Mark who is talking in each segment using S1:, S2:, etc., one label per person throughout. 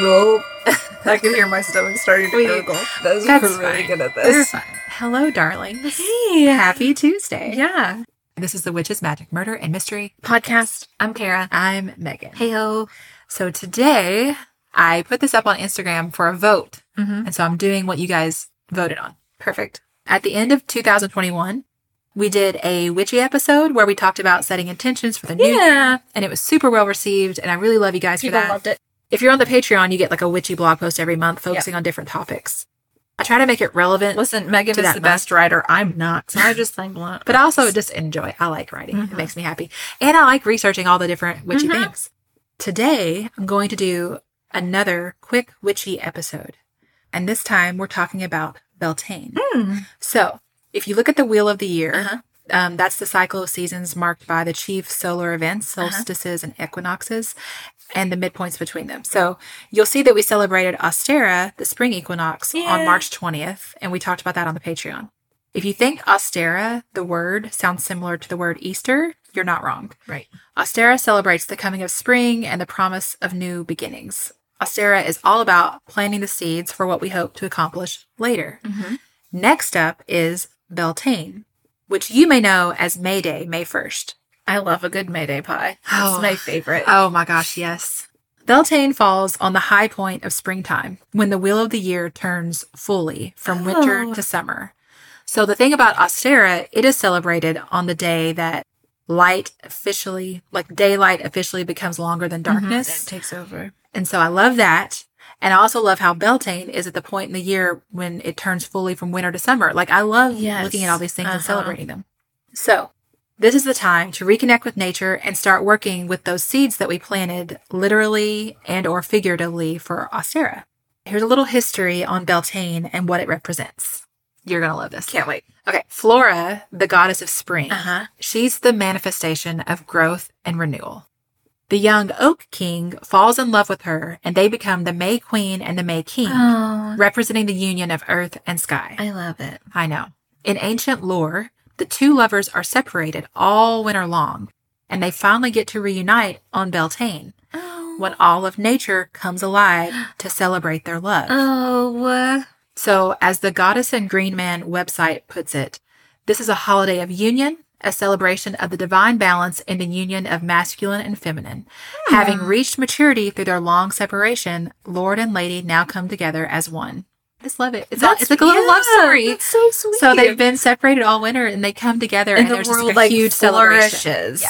S1: nope. I can hear my stomach starting to
S2: Wait,
S1: gurgle. Those
S2: that's
S1: were really
S2: fine.
S1: good at
S2: This is
S1: this.
S2: fun. Hello, darlings.
S1: Hey,
S2: Happy Tuesday.
S1: Yeah.
S2: This is the Witch's Magic Murder and Mystery Podcast. I'm Kara. I'm Megan. Hey ho. So today I put this up on Instagram for a vote.
S1: Mhm.
S2: And so I'm doing what you guys voted on. Perfect. At the end of 2021, we did a witchy episode where we talked about setting intentions for the new year. And it was super well received. And I really love you guys for that.
S1: it.
S2: If you're on the Patreon, you get like a witchy blog post every month focusing on different topics. I try to make it relevant,
S1: Listen, Megan
S2: To
S1: is
S2: that
S1: the best writer. I'm not. So I just think blunt.
S2: but I also just enjoy. I like writing. It
S1: Mhm.
S2: makes me happy. And I like researching all the different witchy
S1: Mhm.
S2: things. Today, I'm going to do another quick witchy episode. And this time we're talking about Beltane. So, if you look at the wheel of the year,
S1: Hmm. Uh-huh.
S2: um, that's the cycle of seasons marked by the chief solar events,
S1: Uh-huh.
S2: solstices and equinoxes, and the midpoints between them. So, you'll see that we celebrated Ostera, the spring equinox, on
S1: Yeah.
S2: March 20th, and we talked about that on the Patreon. If you think Ostera, the word, sounds similar to the word Easter, you're not wrong.
S1: Right.
S2: Ostera celebrates the coming of spring and the promise of new beginnings. Ostera is all about planting the seeds for what we hope to accomplish later.
S1: Mhm.
S2: Next up is Beltane, which you may know as May Day, May 1st.
S1: I love a good Mayday pie.
S2: Oh.
S1: It's my favorite.
S2: Oh my gosh, yes. Beltane falls on the high point of springtime when the wheel of the year turns fully from winter
S1: Oh.
S2: to summer. So the thing about Ostera, it is celebrated on the day that light officially, like daylight officially becomes longer than darkness.
S1: It takes over.
S2: And so I love that. And I also love how Beltane is at the point in the year when it turns fully from winter to summer. Like I love
S1: Yes.
S2: looking at all these things and
S1: Uh-huh.
S2: celebrating them. So this is the time to reconnect with nature and start working with those seeds that we planted literally and or figuratively for Ostera. Here's a little history on Beltane and what it represents. You're going to love this.
S1: Can't wait. Uh-huh.
S2: Okay. Flora, the goddess of spring.
S1: huh.
S2: She's the manifestation of growth and renewal. The young Oak King falls in love with her, and they become the May Queen and the May King,
S1: Oh,
S2: representing the union of earth and sky.
S1: I love it.
S2: I know. In ancient lore, the two lovers are separated all winter long, and they finally get to reunite on Beltane
S1: Oh.
S2: when all of nature comes alive to celebrate their love.
S1: Oh. uh,
S2: So, as the Goddess and Green Man website puts it, this is a holiday of union, a celebration of the divine balance in the union of masculine and feminine. Having reached maturity through their long separation, Lord and Lady now come together as one. I just love it. It's, all,
S1: that's-
S2: it's like a little
S1: yeah,
S2: love story.
S1: that's so sweet.
S2: So they've been separated all winter, and they come together, and, there's just like a huge celebration.
S1: flourishes.
S2: Yeah.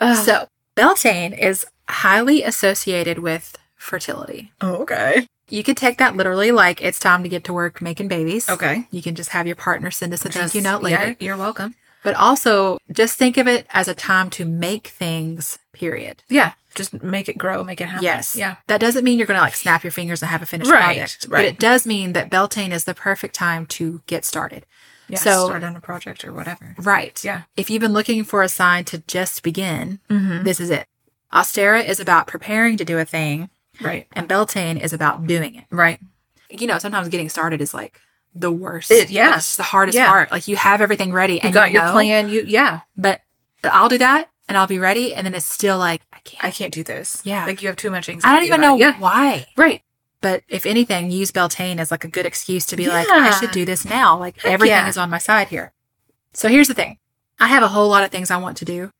S1: Ugh.
S2: So Beltane is highly associated with fertility.
S1: Oh, okay.
S2: You could take that literally, like it's time to get to work making babies.
S1: Okay.
S2: You can just have your partner send us a thank
S1: Just-
S2: you note later.
S1: yeah, you're welcome.
S2: But also, just think of it as a time to make things, period.
S1: Yeah. Just make it grow, make it happen.
S2: Yes.
S1: Yeah.
S2: That doesn't mean you're going to like snap your fingers and have a finished
S1: Right,
S2: project. But
S1: right.
S2: it does mean that Beltane is the perfect time to get started.
S1: yeah.
S2: So-
S1: start on a project or whatever.
S2: Right.
S1: Yeah.
S2: If you've been looking for a sign to just begin,
S1: Mm-hmm.
S2: this is it. Ostera is about preparing to do a thing,
S1: Right.
S2: and Beltane is about doing it.
S1: Right.
S2: You know, sometimes getting started is like the worst.
S1: It- yeah.
S2: Like, it's the hardest
S1: Yeah.
S2: part. Like you have everything ready and
S1: You got your
S2: know,
S1: plan. You yeah.
S2: but I'll do that and I'll be ready. And then it's still like, I can't.
S1: I can't do this.
S2: Yeah.
S1: Like you have too much anxiety.
S2: I don't even
S1: about
S2: know
S1: it. Yeah.
S2: why.
S1: Right.
S2: But if anything, use Beltane as like a good excuse to be like,
S1: Yeah.
S2: I should do this now. Like
S1: Heck
S2: everything
S1: yeah.
S2: is on my side here. So here's the thing I have a whole lot of things I want to do.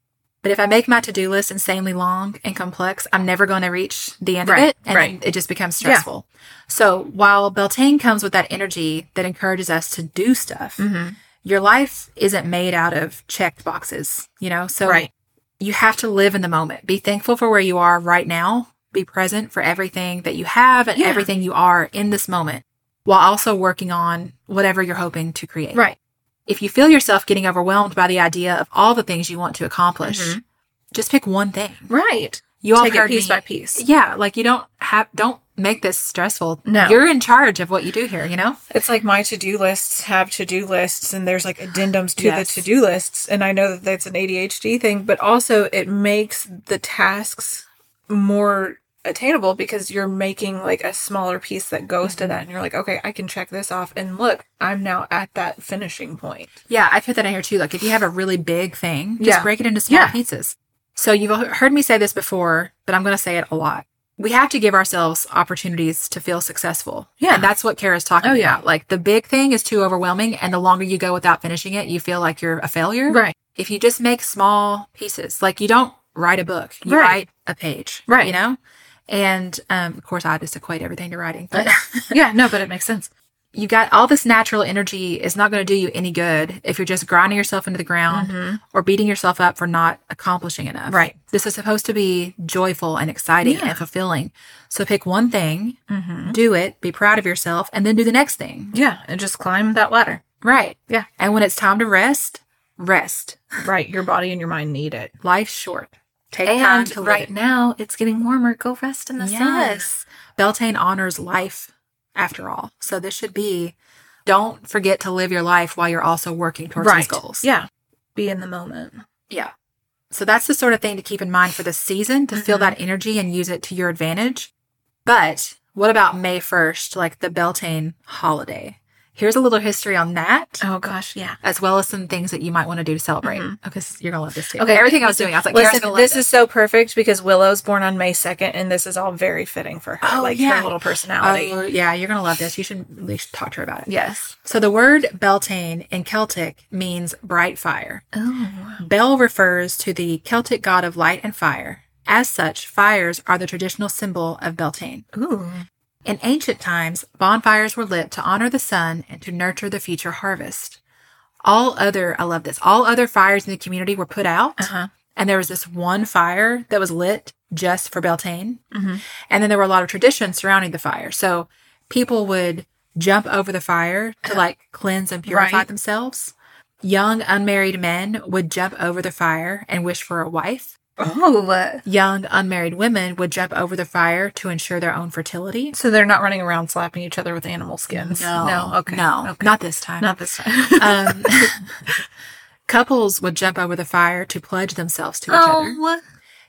S2: But if I make my to do list insanely long and complex, I'm never going to reach the end of
S1: Right,
S2: it. And
S1: right.
S2: it just becomes stressful. So while Beltane comes with that energy that encourages us to do stuff,
S1: Mm-hmm.
S2: your life isn't made out of checked boxes, you know? So
S1: right.
S2: you have to live in the moment. Be thankful for where you are right now. Be present for everything that you have and
S1: Yeah.
S2: everything you are in this moment while also working on whatever you're hoping to create.
S1: Right.
S2: If you feel yourself getting overwhelmed by the idea of all the things you want to accomplish,
S1: Mhm.
S2: just pick one thing.
S1: Right.
S2: You all
S1: Take it
S2: heard
S1: piece
S2: me-
S1: by piece.
S2: Yeah, like you don't have don't make this stressful.
S1: No.
S2: You're in charge of what you do here, you know?
S1: It's like my to do lists have to do lists, and there's like addendums to
S2: Yes.
S1: the to do lists. And I know that that's an ADHD thing, but also it makes the tasks more attainable because you're making like a smaller piece that goes to that. And you're like, okay, I can check this off. And look, I'm now at that finishing point.
S2: Yeah, I put that in here too. Like if you have a really big thing, just
S1: Yeah.
S2: break it into small
S1: Yeah.
S2: pieces. So you've heard me say this before, but I'm going to say it a lot. we have to give ourselves opportunities to feel successful.
S1: Yeah.
S2: And that's what Kara's talking
S1: Oh,
S2: about.
S1: yeah.
S2: Like the big thing is too overwhelming. And the longer you go without finishing it, you feel like you're a failure.
S1: Right.
S2: If you just make small pieces, like you don't write a book, you
S1: Right.
S2: write a page.
S1: Right.
S2: You know? And um, of course, I just equate everything to writing, but
S1: yeah, no, but it makes sense.
S2: you got all this natural energy is not going to do you any good if you're just grinding yourself into the ground or beating yourself up for not accomplishing enough.
S1: Right.
S2: This is supposed to be joyful and exciting
S1: Yeah.
S2: and fulfilling. So pick one thing,
S1: Mm-hmm.
S2: do it, be proud of yourself, and then do the next thing.
S1: Yeah, and just climb that ladder.
S2: Right.
S1: Yeah.
S2: And when it's time to rest, rest.
S1: Right, your body and your mind need it.
S2: Life's short.
S1: Take time
S2: and
S1: to
S2: right
S1: right.
S2: now, it's getting warmer. Go rest in the sun.
S1: Yes.
S2: Beltane honors life after all. So this should be don't forget to live your life while you're also working towards these goals.
S1: Yeah, be in the moment.
S2: Yeah. So that's the sort of thing to keep in mind for this season to feel
S1: Mm-hmm.
S2: that energy and use it to your advantage. But what about May 1st, like the Beltane holiday? Here's a little history on that,
S1: Oh gosh, yeah.
S2: as well as some things that you might want to do to celebrate. Because you're going to love this too.
S1: Mm-hmm. Okay,
S2: Everything I was doing, I was like, Kara's
S1: Listen,
S2: going to love
S1: this is so perfect because Willow's born on May second, and this is all very fitting for her,
S2: Oh,
S1: like
S2: yeah.
S1: her little personality.
S2: Oh, yeah, you're going to love this. You should at least talk to her about it.
S1: yes.
S2: So the word Beltane in Celtic means bright fire.
S1: Oh.
S2: Bel refers to the Celtic god of light and fire. As such, fires are the traditional symbol of Beltane.
S1: Ooh.
S2: In ancient times, bonfires were lit to honor the sun and to nurture the future harvest. All other, I love this, all other fires in the community were put out,
S1: huh.
S2: and there was this one fire that was lit just for Beltane.
S1: Mhm.
S2: And then there were a lot of traditions surrounding the fire. So people would jump over the fire to like cleanse and purify
S1: Right.
S2: themselves. Young unmarried men would jump over the fire and wish for a wife.
S1: Oh. uh,
S2: Young unmarried women would jump over the fire to ensure their own fertility.
S1: So they're not running around slapping each other with animal skins.
S2: No,
S1: No. Okay.
S2: no,
S1: Okay.
S2: not this time.
S1: Not this time.
S2: um, couples would jump over the fire to pledge themselves to each other.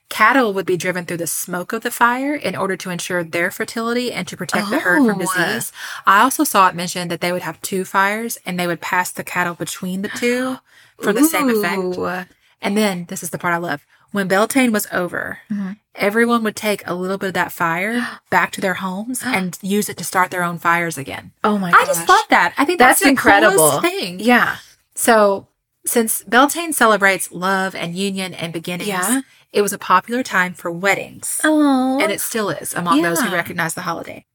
S2: Cattle would be driven through the smoke of the fire in order to ensure their fertility and to protect the herd from
S1: Oh.
S2: disease. I also saw it mentioned that they would have two fires and they would pass the cattle between the two for the same effect.
S1: effect.
S2: And then this is the part I love. When Beltane was over,
S1: Mhm.
S2: everyone would take a little bit of that fire back to their homes and use it to start their own fires again.
S1: Oh my
S2: I just love that. I think that's,
S1: That's
S2: the incredible
S1: incredible.
S2: thing.
S1: Yeah.
S2: So, since Beltane celebrates love and union and beginnings,
S1: Yeah.
S2: it was a popular time for weddings.
S1: Oh.
S2: And it still is among those who
S1: Yeah.
S2: recognize the holiday.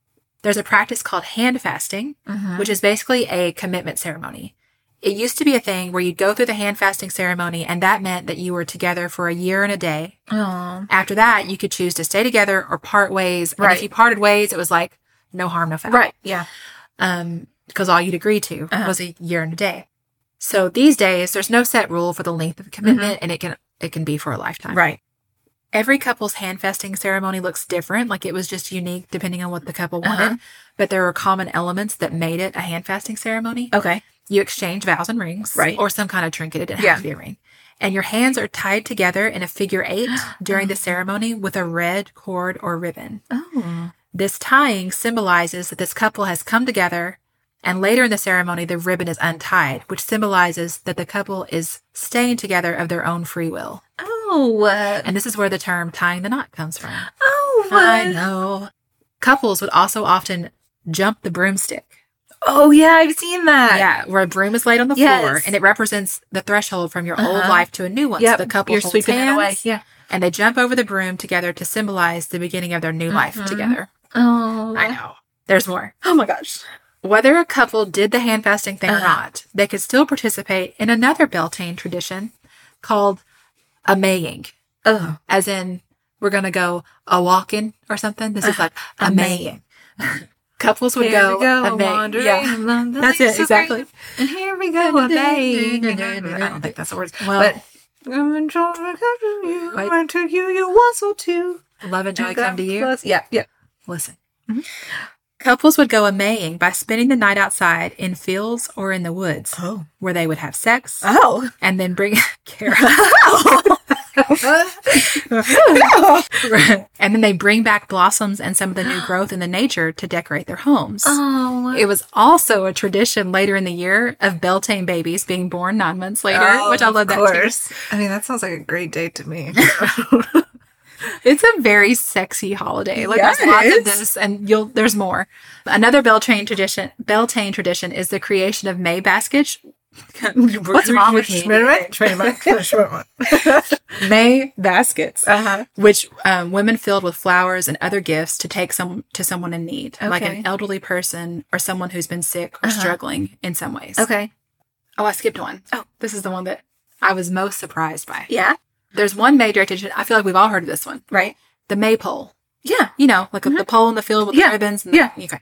S2: There's a practice called hand fasting,
S1: Mhm.
S2: which is basically a commitment ceremony. It used to be a thing where you'd go through the hand fasting ceremony, and that meant that you were together for a year and a day.
S1: Oh.
S2: After that, you could choose to stay together or part ways. And if
S1: Right.
S2: you parted ways, it was like no harm, no foul
S1: Right. Yeah.
S2: um, because all you'd agree to
S1: Uh-huh.
S2: was a year and a day. So these days, there's no set rule for the length of commitment, and it can it can be for a lifetime.
S1: Mm-hmm. Right.
S2: Every couple's handfesting ceremony looks different. Like it was just unique depending on what the couple
S1: Uh-huh.
S2: wanted, but there were common elements that made it a handfasting ceremony.
S1: Okay.
S2: You exchange vows and rings,
S1: Oh. Right.
S2: or some kind of trinket. It didn't
S1: Yeah.
S2: have to be a ring. And your hands are tied together in a figure eight during
S1: Mm-hmm.
S2: the ceremony with a red cord or ribbon.
S1: Oh.
S2: This tying symbolizes that this couple has come together, and later in the ceremony, the ribbon is untied, which symbolizes that the couple is staying together of their own free will.
S1: Oh. uh,
S2: And this is where the term tying the knot comes from.
S1: Oh.
S2: I
S1: uh,
S2: know. Couples would also often jump the broomstick.
S1: Oh yeah, I've seen that.
S2: yeah, where a broom is laid on the
S1: Yes.
S2: floor, and it represents the threshold from your old
S1: Uh-huh.
S2: life to a new one.
S1: Yep,
S2: So the couple
S1: you're
S2: holds
S1: sweeping
S2: hands,
S1: it away. Yeah.
S2: and they jump over the broom together to symbolize the beginning of their new life
S1: Mhm.
S2: together.
S1: Oh.
S2: I know. There's more.
S1: Oh my gosh.
S2: Whether a couple did the hand fasting thing or
S1: Uh-huh.
S2: not, they could still participate in another Beltane tradition called a maying,
S1: Oh.
S2: as in we're going to go a walking or something. This is like a,
S1: Uh-huh. a
S2: maying. Couples would
S1: Here
S2: go,
S1: we go,
S2: a may-
S1: wandering
S2: Yeah.
S1: along the
S2: That's
S1: lakes of
S2: it, exactly.
S1: green. And here we go, a maying.
S2: I don't think that's the words. Well,
S1: But I'm in trouble because you,
S2: Wait.
S1: I took you, you want so too.
S2: love and joy come to you.
S1: Plus- Yeah, yeah.
S2: Listen.
S1: Mm-hmm.
S2: Couples would go a maying by spending the night outside in fields or in the woods,
S1: Oh.
S2: where they would have sex
S1: Oh.
S2: and then bring Kara. Oh, and then they bring back blossoms and some of the new growth in the nature to decorate their homes.
S1: oh.
S2: It was also a tradition later in the year of Beltane babies being born
S1: Oh,
S2: Oh, nine months later, which I love that too.
S1: I mean, that sounds like a great date to me.
S2: It's a very sexy holiday. Like there's lots of
S1: Yes.
S2: this, and you'll there's more. Another Beltane tradition. Beltane tradition is the creation of May baskets. What's wrong with me?
S1: Trademark.
S2: May baskets,
S1: Uh-huh.
S2: which um, women filled with flowers and other gifts to take some to someone in need, like
S1: Okay.
S2: an elderly person or someone who's been sick or
S1: Uh-huh.
S2: struggling in some ways.
S1: Okay.
S2: Oh, I skipped one.
S1: Oh.
S2: this is the one that I was most surprised by.
S1: Yeah.
S2: There's one May tradition. I feel like we've all heard of this one.
S1: Right.
S2: The maypole.
S1: Yeah.
S2: You know, like the pole in the field with
S1: Yeah.
S2: the ribbons. And the-
S1: Yeah.
S2: Okay.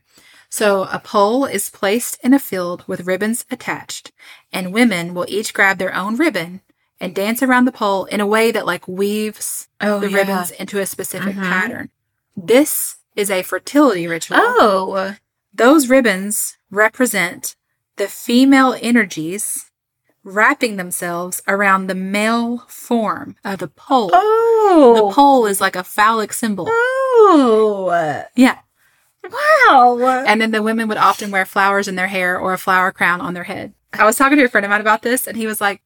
S2: So a pole is placed in a field with ribbons attached, and women will each grab their own ribbon and dance around the pole in a way that like weaves
S1: Oh,
S2: the
S1: yeah.
S2: ribbons into a specific
S1: Mhm.
S2: pattern. This is a fertility ritual.
S1: Oh.
S2: Those ribbons represent the female energies wrapping themselves around the male form of the pole. The
S1: Oh.
S2: pole is like a phallic symbol.
S1: Oh.
S2: Yeah.
S1: Wow.
S2: And then the women would often wear flowers in their hair or a flower crown on their head. I was talking to a friend of mine about this, and he was like,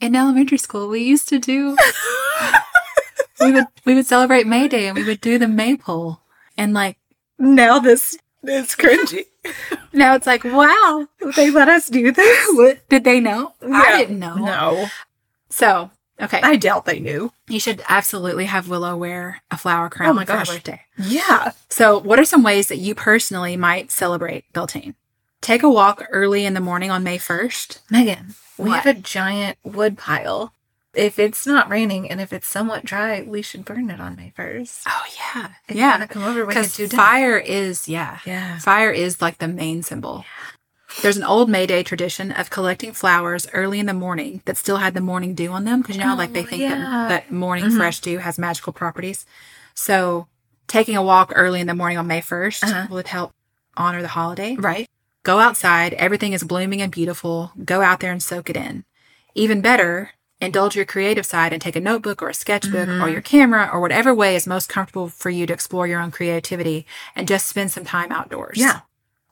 S2: "In elementary school, we used to do we would we would celebrate May Day and we would do the maypole, and like
S1: now this is cringy.
S2: now it's like, wow,
S1: they let us do this?
S2: did they know?
S1: Yeah.
S2: I didn't know.
S1: No.
S2: So okay,
S1: I doubt they knew.
S2: you should absolutely have Willow wear a flower crown
S1: Oh my
S2: for her
S1: gosh.
S2: birthday.
S1: Yeah.
S2: So, what are some ways that you personally might celebrate Beltane? Take a walk early in the morning on May 1st.
S1: Megan, we
S2: What?
S1: have a giant wood pile. If it's not raining and if it's somewhat dry, we should burn it on May 1st.
S2: Oh, yeah.
S1: If you
S2: yeah.
S1: wanna come over, we could
S2: Because
S1: do that.
S2: fire is, yeah.
S1: Yeah.
S2: Fire is like the main symbol. There's an old May Day tradition of collecting flowers early in the morning that still had the morning dew on them because you know, like they
S1: Oh,
S2: think
S1: yeah.
S2: that, that morning
S1: Mhm.
S2: fresh dew has magical properties. So, taking a walk early in the morning on May 1st
S1: Uh-huh.
S2: would help honor the holiday.
S1: Right.
S2: Go outside. Everything is blooming and beautiful. Go out there and soak it in. Even better, indulge your creative side and take a notebook or a sketchbook or
S1: Mm-hmm.
S2: your camera or whatever way is most comfortable for you to explore your own creativity and just spend some time outdoors.
S1: Yeah.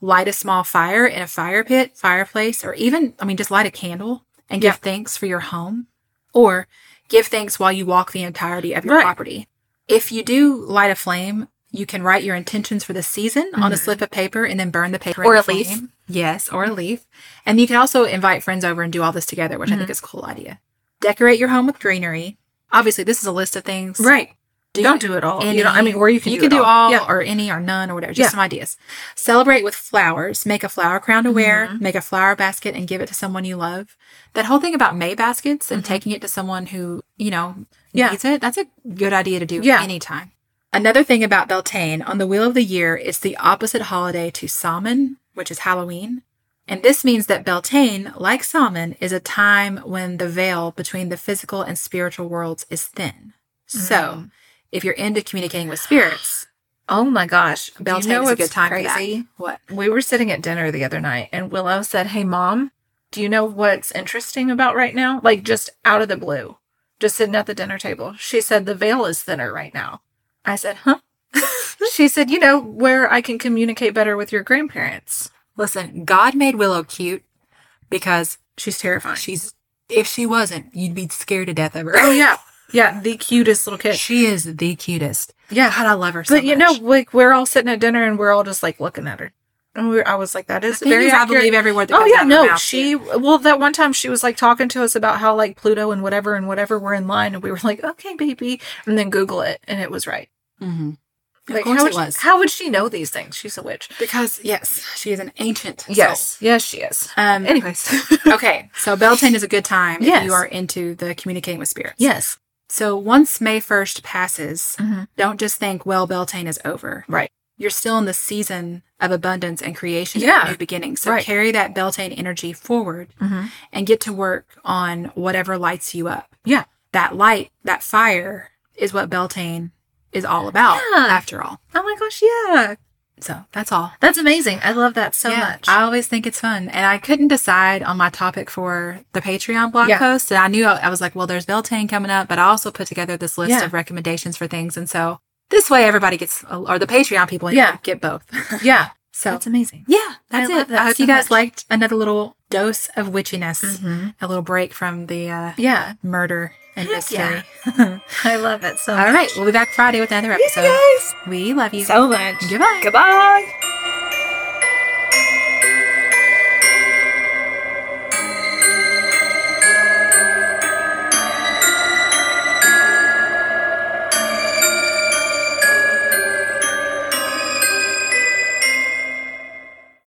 S2: Light a small fire in a fire pit, fireplace, or even, I mean, just light a candle and give thanks for your home or give thanks while you walk the entirety of your
S1: Right.
S2: property. If you do light a flame, you can write your intentions for the season on a
S1: Mm-hmm.
S2: slip of paper and then burn the paper in
S1: Or
S2: the
S1: a leaf.
S2: flame. Yes, or a leaf. And you can also invite friends over and do all this together, which I
S1: Mm-hmm.
S2: think is a cool idea. Decorate your home with greenery. Obviously, this is a list of things.
S1: Right.
S2: Do
S1: Don't do it all.
S2: any-
S1: you know, I mean, or you can
S2: you
S1: do
S2: can
S1: it
S2: do all,
S1: Yeah.
S2: or any or none or whatever. Just
S1: Yeah.
S2: some ideas. Celebrate with flowers. Make a flower crown to wear.
S1: Mm-hmm.
S2: Make a flower basket and give it to someone you love. That whole thing about May baskets and taking it to someone who you know
S1: Mm-hmm. Yeah.
S2: needs it. That's a good idea to do
S1: Yeah.
S2: anytime. Another thing about Beltane on the Wheel of the Year, it's the opposite holiday to Samhain, which is Halloween. And this means that Beltane, like Samhain, is a time when the veil between the physical and spiritual worlds is thin. So, if you're into communicating with spirits,
S1: Oh my gosh. Do
S2: Beltane
S1: you know
S2: is a
S1: what's
S2: good time
S1: crazy?
S2: for that. What?
S1: We were sitting at dinner the other night and Willow said, Hey, mom, do you know what's interesting about right now? Like, just out of the blue, just sitting at the dinner table. She said, The veil is thinner right now. I said, Huh? she said, You know, where I can communicate better with your grandparents.
S2: Listen, God made Willow cute because
S1: She's terrifying.
S2: she's if she wasn't, you'd be scared to death of her.
S1: oh, yeah. Yeah. The cutest little kid.
S2: She is the cutest.
S1: Yeah.
S2: God, I love her so
S1: But you know,
S2: much.
S1: like we're all sitting at dinner and we're all just like looking at her, and we I was like, that is
S2: The thing
S1: very
S2: is, I
S1: accurate.
S2: believe every word that
S1: oh
S2: comes
S1: yeah,
S2: out of her
S1: no,
S2: mouth,
S1: she. Well, that one time she was like talking to us about how like Pluto and whatever and whatever were in line, and we were like, okay, baby, and then Google it, and it was right.
S2: Mhm. Of
S1: Like,
S2: course
S1: how
S2: it
S1: would,
S2: was.
S1: How would she know these things? She's a witch.
S2: because yes, she is an ancient. soul.
S1: yes, she is.
S2: Um,
S1: Anyways,
S2: okay, so Beltane is a good time if
S1: Yes.
S2: you are into the communicating with spirits.
S1: yes,
S2: So once May 1st passes,
S1: Mhm.
S2: don't just think, well, Beltane is over.
S1: right,
S2: You're still in the season of abundance and creation
S1: Yeah.
S2: and new beginnings. So
S1: Right.
S2: carry that Beltane energy forward
S1: Mhm.
S2: and get to work on whatever lights you up.
S1: yeah,
S2: That light, that fire is what Beltane is all about
S1: Yeah.
S2: after all.
S1: oh my gosh, yeah,
S2: So that's all.
S1: that's amazing. I love that so
S2: Yeah, Uh,
S1: much.
S2: I always think it's fun. And I couldn't decide on my topic for the Patreon blog
S1: Yeah.
S2: post. And I knew I, I was like, well, there's Beltane coming up, but I also put together this list
S1: Yeah.
S2: of recommendations for things. And so this way everybody gets, or the Patreon people anyway,
S1: Yeah.
S2: get both.
S1: yeah,
S2: So
S1: That's amazing.
S2: yeah, that's
S1: I
S2: it.
S1: love that
S2: I hope
S1: so
S2: you
S1: much.
S2: guys
S1: Mm-hmm.
S2: liked another little dose of witchiness, a little break from the uh,
S1: Yeah.
S2: murder and
S1: Heck
S2: mystery.
S1: yeah. I love it so
S2: All right, we'll be back Friday with another
S1: Yes,
S2: episode.
S1: guys.
S2: We love you.
S1: So much.
S2: Goodbye.
S1: Goodbye.